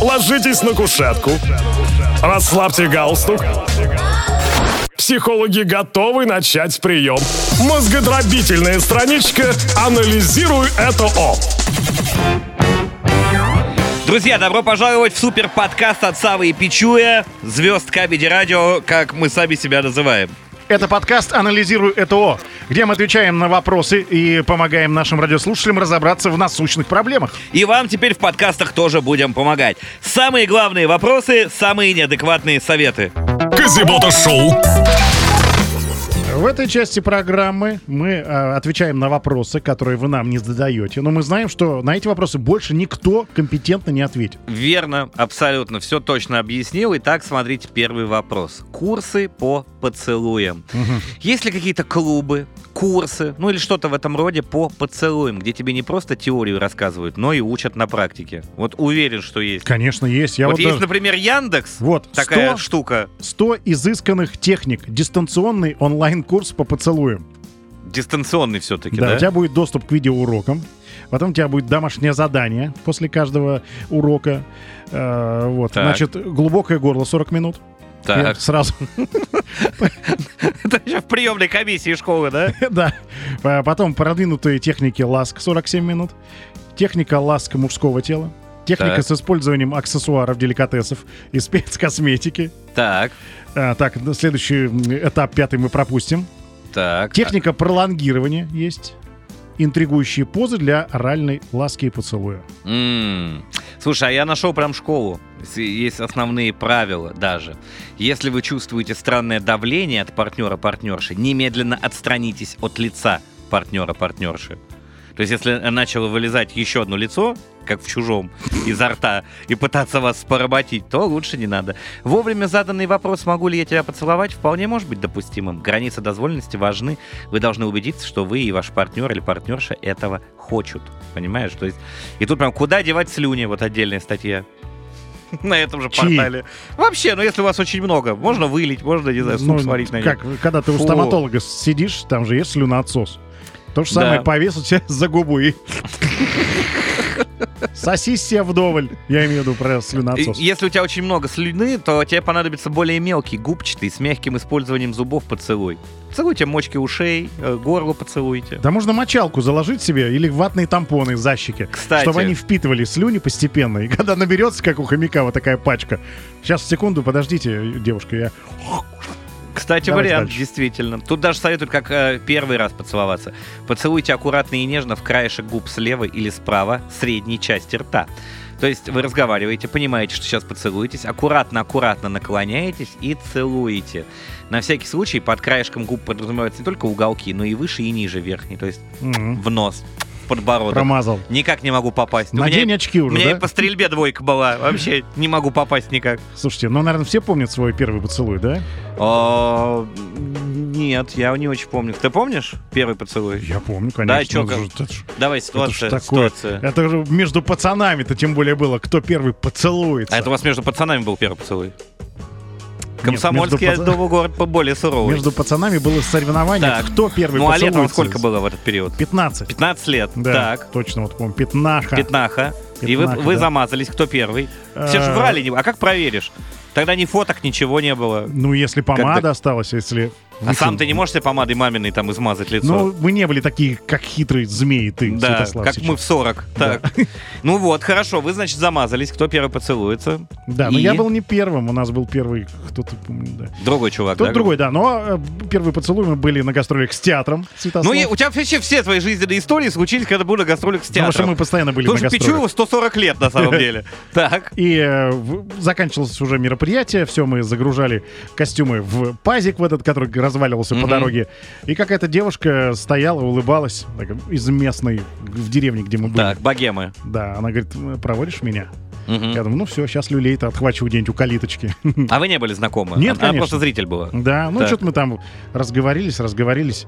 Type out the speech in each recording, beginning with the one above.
Ложитесь на кушетку. Расслабьте галстук. Психологи готовы начать прием. Мозгодробительная страничка «Анализируй это О». Друзья, добро пожаловать в супер подкаст от Савы и Пичуя, звезд Кабеди Радио, как мы сами себя называем. Это подкаст «Анализирую ЭТО», где мы отвечаем на вопросы и помогаем нашим радиослушателям разобраться в насущных проблемах. И вам теперь в подкастах тоже будем помогать. Самые главные вопросы, самые неадекватные советы. Казибота Шоу. В этой части программы мы э, отвечаем на вопросы, которые вы нам не задаете. Но мы знаем, что на эти вопросы больше никто компетентно не ответит. Верно, абсолютно, все точно объяснил. Итак, смотрите первый вопрос. Курсы по поцелуям. Есть ли какие-то клубы, курсы, ну или что-то в этом роде по поцелуям, где тебе не просто теорию рассказывают, но и учат на практике? Вот уверен, что есть. Конечно, есть. Я вот, вот, есть, даже- например, Яндекс, Вот, такая 100 штука, 100 изысканных техник. Дистанционный онлайн-курс по поцелуям. дистанционный все-таки, Да, да? у тебя будет доступ к видеоурокам. Потом у тебя будет домашнее задание после каждого урока. Э, вот. Так. Значит, глубокое горло 40 минут. Я Так. Сразу. Это еще в приемной комиссии школы, да? Да. Э, Потом продвинутые техники ласк 47 минут. Техника ласк мужского тела. Техника Так. с использованием аксессуаров, деликатесов и спецкосметики. Так, А, так, ну, следующий м, этап пятый мы пропустим. так. Техника пролонгирования есть. Интригующие позы для оральной ласки и поцелуя. М. Слушай, а я нашел прям школу. С- Есть основные правила даже. Если вы чувствуете странное давление от партнера-партнерши, немедленно отстранитесь от лица партнера-партнерши. То есть, если начало вылезать еще одно лицо, как в чужом, изо рта, и пытаться вас поработить, то лучше не надо. Вовремя заданный вопрос, могу ли я тебя поцеловать, вполне может быть допустимым. Границы дозволенности важны. Вы должны убедиться, что вы и ваш партнер или партнерша этого хочет. Понимаешь? То есть, и тут прям куда девать слюни, вот отдельная статья. На этом же Чьи? портале. Вообще, ну если у вас очень много, можно вылить, можно, не знаю, суп Ну, сварить на них. Как, когда ты у Фу. стоматолога сидишь, там же есть слюноотсос. То же самое Да. повесил тебя за губу и... Сосись себе вдоволь. Я имею в виду про И- слюноотсос. Если у тебя очень много слюны, то тебе понадобится более мелкий, губчатый, с мягким использованием зубов поцелуй. Целуйте мочки ушей, э, горло поцелуйте. Да можно мочалку заложить себе или ватные тампоны из защики. Кстати. Чтобы они впитывали слюни постепенно. И когда наберется, как у хомяка, вот такая пачка. Сейчас, секунду, подождите, девушка, я... Кстати, Давайте вариант, дальше. действительно. Тут даже советуют, как э, первый раз поцеловаться. Поцелуйте аккуратно и нежно в краешек губ слева или справа средней части рта. То есть вы разговариваете, понимаете, что сейчас поцелуетесь, аккуратно-аккуратно наклоняетесь и целуете. На всякий случай под краешком губ подразумеваются не только уголки, но и выше и ниже верхний, то есть М, в нос, в подбородок. м-м, Промазал. Никак не могу попасть. У меня Надень и- очки у уже, меня да? и по стрельбе двойка была. Вообще не могу попасть никак. Слушайте, ну, наверное, все помнят свой первый поцелуй, да? А, Нет, я не очень помню. Ты помнишь первый поцелуй? Я помню, конечно. чё, ну, как- же- это ж- Давай, Это ж ситуация. такое. ситуация. Это же между пацанами-то тем более было. Кто первый поцелуется? А это у вас между пацанами был первый поцелуй? Нет, Комсомольский, я между, паца- думаю, город более суровый. между пацанами было соревнование, Так. кто первый Ну а лет вам поцелуется. сколько было в этот период? 15. 15 лет. Да, Так. точно, вот помню, пятнаха. Пятнаха. И вы, Пятнаха, вы да. замазались, кто первый. Все же Э, врали, не- а как проверишь? Тогда ни фоток, ничего не было. Ну, если помада Когда- осталась, если... А сам ты не можешь себе помадой маминой там измазать лицо? Ну, мы не были такие, как хитрые змеи ты, Да, Святослав, как сейчас. мы в 40. Да. Так. Ну вот, хорошо, вы, значит, замазались. Кто первый поцелуется? Да, но И? я был не первым, у нас был первый кто-то, помню, да. Другой чувак, Тот да? другой, да, но э, первый поцелуй мы были на гастролях с театром, Святослав. Ну, и у тебя вообще все твои жизненные истории случились, когда был на гастролях с Потому что театром. мы постоянно были Потому на что гастролях. Пичуеву 140 лет, на самом деле. Так. И э, в- заканчивалось уже мероприятие, все, мы загружали костюмы в пазик в этот, который разваливался по Мгм. дороге. И какая-то девушка стояла, улыбалась так, из местной, в деревне, где мы были. Так, богемы. Да, она говорит, «Э, проводишь меня? Мгм. Я думаю, ну все, сейчас люлей-то отхвачу где-нибудь у калиточки. А вы не были знакомы? Хм. Она- Нет, Она конечно. просто зритель была. Да, ну Так. что-то мы там разговорились, разговорились.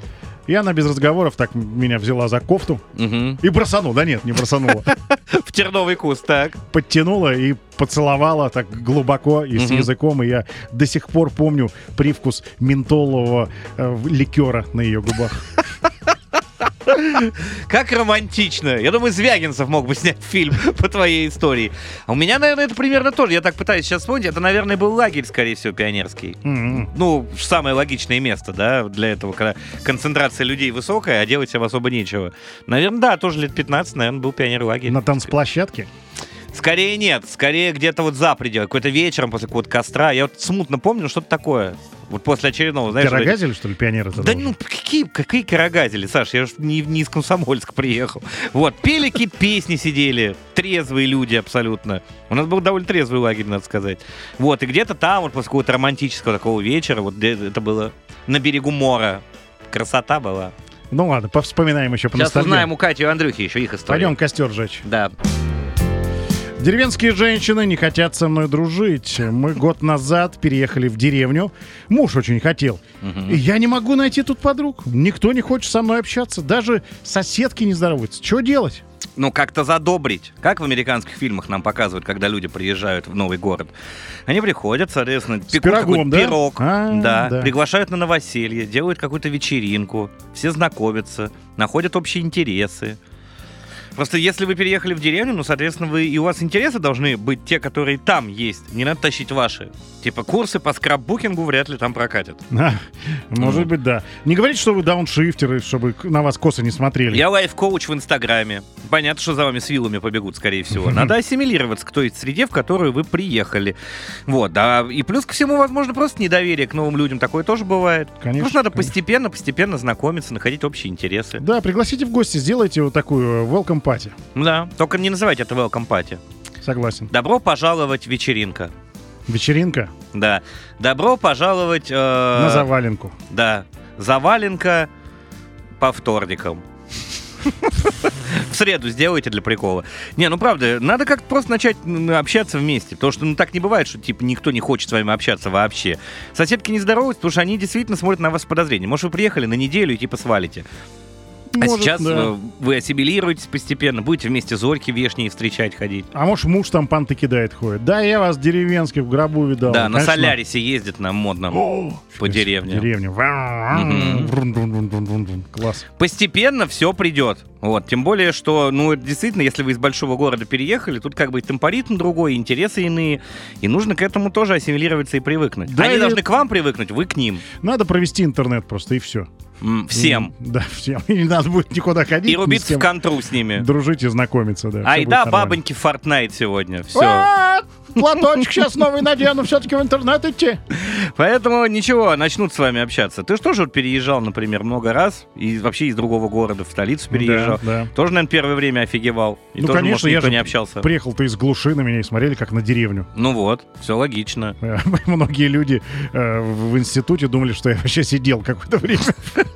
И она без разговоров так меня взяла за кофту Мгм. и бросанула. Да нет, не бросанула. В терновый куст, так. подтянула и поцеловала так глубоко и с Мгм. языком. И я до сих пор помню привкус ментолового э, в- ликера на ее губах. Как романтично. Я думаю, Звягинцев мог бы снять фильм по твоей истории. А у меня, наверное, это примерно тоже. Я так пытаюсь сейчас вспомнить. Это, наверное, был лагерь, скорее всего, пионерский. М-м. Ну, самое логичное место, да, для этого, когда концентрация людей высокая, а делать им особо нечего. Наверное, да, тоже лет 15, наверное, был пионер лагерь. На танцплощадке? Скорее нет, скорее где-то вот за пределы, какой-то вечером после какого-то костра. Я вот смутно помню, что-то такое. Вот после очередного, знаешь... вот эти- Карагазель, что ли, пионер это да был? ну, какие, какие карагазели, Саш, я же не, не из Комсомольска приехал. Вот, пели какие-то песни сидели, трезвые люди абсолютно. У нас был довольно трезвый лагерь, надо сказать. Вот, и где-то там, вот после какого-то романтического такого вечера, вот где это было на берегу мора. Красота была. Ну ладно, повспоминаем еще по Сейчас узнаем у Кати и Андрюхи еще их историю. Пойдем костер жечь. Да. Деревенские женщины не хотят со мной дружить. Мы год назад переехали в деревню. Муж очень хотел. И я не могу найти тут подруг. Никто не хочет со мной общаться. Даже соседки не здороваются. Что делать? ну, как-то задобрить. Как в американских фильмах нам показывают, когда люди приезжают в новый город. Они приходят, соответственно, пекут пирогом, какой-то да? пирог, А, да, да. приглашают на новоселье, делают какую-то вечеринку, все знакомятся, находят общие интересы. Просто если вы переехали в деревню, ну, соответственно, вы и у вас интересы должны быть те, которые там есть. Не надо тащить ваши. Типа курсы по скраббукингу вряд ли там прокатят. А, может Ну. быть, да. Не говорите, что вы дауншифтеры, чтобы к- на вас косо не смотрели. Я лайф-коуч в Инстаграме. Понятно, что за вами с вилами побегут, скорее всего. Надо ассимилироваться к той среде, в которую вы приехали. Вот, да. И плюс ко всему, возможно, просто недоверие к новым людям. Такое тоже бывает. Конечно, просто надо конечно. постепенно, постепенно знакомиться, находить общие интересы. Да, пригласите в гости, сделайте вот такую э, welcome party. Да. Только не называйте это welcome party. Согласен. Добро пожаловать вечеринка. Вечеринка Да. Добро пожаловать... э, на заваленку. Да. Заваленка по вторникам. В среду сделайте для прикола. Не, ну правда, надо как-то просто начать м, общаться вместе. Потому что ну так не бывает, что типа никто не хочет с вами общаться вообще. Соседки не здороваются, потому что они действительно смотрят на вас с подозрением. Может, вы приехали на неделю и типа свалите. а Может, сейчас да. э, вы ассимилируетесь постепенно, будете вместе зорьки вешние встречать ходить. А может, муж там панты кидает, ходит. Да, я вас деревенских в гробу видал. да, на ну, Конечно. Солярисе ездит на модном. О, По фига себе, деревне. Деревня. Мгм. Врун, врун, врун, врун, врун, врун. Класс. постепенно все придет. Вот, тем более, что, ну, это действительно, если вы из большого города переехали, тут как бы и темпоритм другой, и интересы иные, и нужно к этому тоже ассимилироваться и привыкнуть. Да, Они и- должны к вам привыкнуть, вы к ним, Надо провести интернет просто, и все. М, всем, Да, всем. И не надо будет никуда ходить. и ни с рубиться в кем А контру с ними. Дружить и знакомиться, да. Ай Всё да, будет нормально. бабоньки в Fortnite сегодня, все. А, Платочек сейчас новый надену, все-таки в интернет идти. Поэтому ничего, начнут с вами общаться. Ты же тоже вот переезжал, например, много раз, и вообще из другого города в столицу переезжал. Да, да. Тоже, наверное, первое время офигевал. И Ну, тоже, конечно, может, я никто же не общался. Приехал ты из глуши на меня и смотрели, как на деревню. Ну вот, все логично. Э, Многие люди э, в в институте думали, что я вообще сидел какое-то время.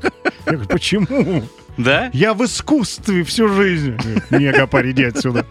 Я говорю, почему? Да? Я в искусстве всю жизнь. Нега, парень, иди отсюда.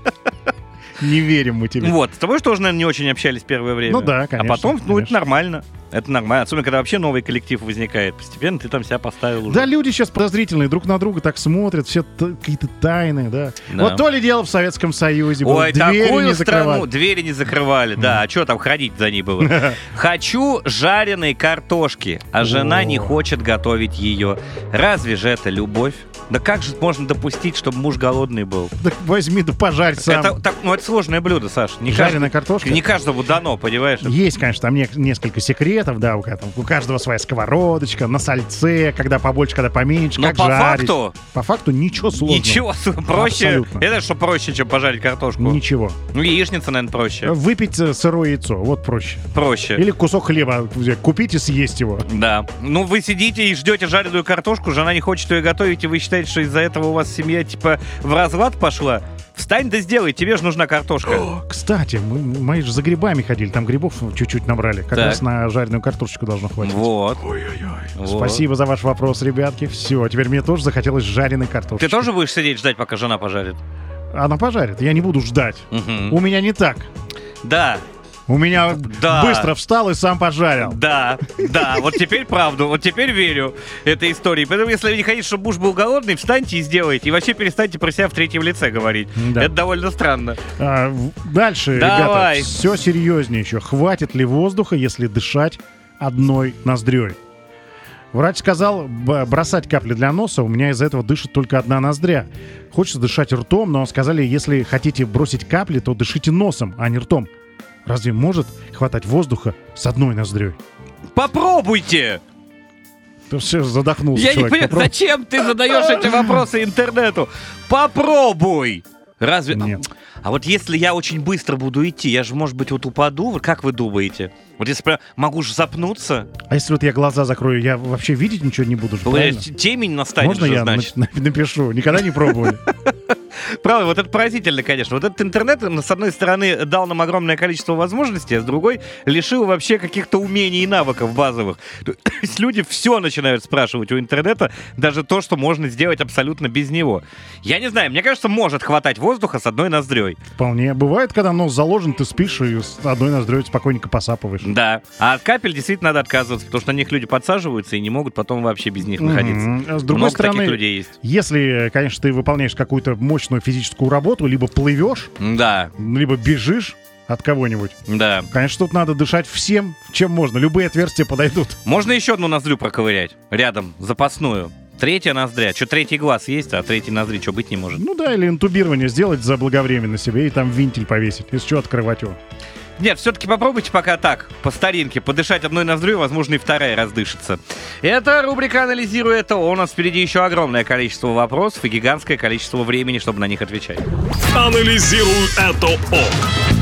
Не верим мы тебе. Вот, с тобой же тоже, наверное, не очень общались первое время. Ну да, конечно, А потом, ну, это конечно. нормально. Это нормально. Особенно, когда вообще новый коллектив возникает. Постепенно ты там себя поставил уже. Да, люди сейчас подозрительные друг на друга так смотрят, все т- какие-то тайны, да. Да. Вот то ли дело в Советском Союзе было. Ой, типа, двери такую не страну закрывали. двери не закрывали, да. А что там ходить за ней было? Хочу жареной картошки, а жена О. не хочет готовить ее. Разве же это любовь? Да как же можно допустить, чтобы муж голодный был? Так возьми да пожарь сам. Это, так, ну, это сложное блюдо, Саш. Не, кажд- Жареная картошка. не каждому дано, понимаешь? Есть, конечно, там не- несколько секретов, да, у, ка- там у каждого своя сковородочка, на сальце, когда побольше, когда поменьше, Но как по жарить. факту По факту ничего сложного. Ничего, проще. Абсолютно. Это что проще, чем пожарить картошку? Ничего. Ну, яичница, наверное, проще. Выпить э, сырое яйцо, вот проще. Проще. Или кусок хлеба взять, купить и съесть его. Да. Ну, вы сидите и ждете жареную картошку, жена не хочет ее готовить, и вы считаете, что из-за этого у вас семья, типа, в разлад пошла. Встань да сделай, тебе же нужна картошка. Кстати, мы, мои же за грибами ходили, там грибов чуть-чуть набрали. Как Так. раз на жареную картошечку должно хватить. вот. Вот. Спасибо за ваш вопрос, ребятки. Все, теперь мне тоже захотелось жареной картошки. Ты тоже будешь сидеть ждать, пока жена пожарит? Она пожарит, я не буду ждать. Мгм. У меня не так. Да, У меня Да. быстро встал и сам пожарил. да, да. Вот теперь правду, вот теперь верю этой истории. Поэтому, если вы не хотите, чтобы муж был голодный, встаньте и сделайте. И вообще перестаньте про себя в третьем лице говорить. Да. Это довольно странно. А, в- дальше, Давай. ребята, все серьезнее еще. Хватит ли воздуха, если дышать одной ноздрёй? Врач сказал б- бросать капли для носа, у меня из-за этого дышит только одна ноздря. Хочется дышать ртом, но сказали, если хотите бросить капли, то дышите носом, а не ртом. Разве может хватать воздуха с одной ноздрёй? Попробуйте! Ты все задохнулся, Я не человек. понимаю, Попробуй. зачем ты задаешь эти вопросы интернету? Попробуй! Разве... Нет. А вот если я очень быстро буду идти, я же, может быть, вот упаду, Вот как вы думаете? Вот если прям могу же запнуться, А если вот я глаза закрою, я вообще видеть ничего не буду же, правильно? Блядь, темень настанет Можно же, я значит. на- на- напишу? Никогда не пробовали. Правда, вот это поразительно, конечно. Вот этот интернет, м, с одной стороны, дал нам огромное количество возможностей, а с другой лишил вообще каких-то умений и навыков базовых. То есть люди все начинают спрашивать у интернета, даже то, что можно сделать абсолютно без него. Я не знаю, мне кажется, может хватать воздуха с одной ноздрёй. Вполне. Бывает, когда нос заложен, ты спишь и с одной ноздрёй спокойненько посапываешь. Да. А от капель действительно надо отказываться, потому что на них люди подсаживаются и не могут потом вообще без них находиться. Мгм. А С другой Много стороны, таких людей есть. если, конечно, ты выполняешь какую-то мощную физическую работу, либо плывешь, Да, либо бежишь от кого-нибудь, да. конечно, тут надо дышать всем, чем можно. Любые отверстия подойдут. Можно еще одну ноздрю проковырять рядом, запасную. Третья ноздря. Что, третий глаз есть, а третий ноздри что быть не может? Ну да, или интубирование сделать заблаговременно себе и там винтель повесить. Из чего открывать его? Нет, все-таки попробуйте пока так, по старинке, подышать одной ноздрю, возможно, и вторая раздышится. Это рубрика «Анализируй это». У нас впереди еще огромное количество вопросов и гигантское количество времени, чтобы на них отвечать. Анализируй это О.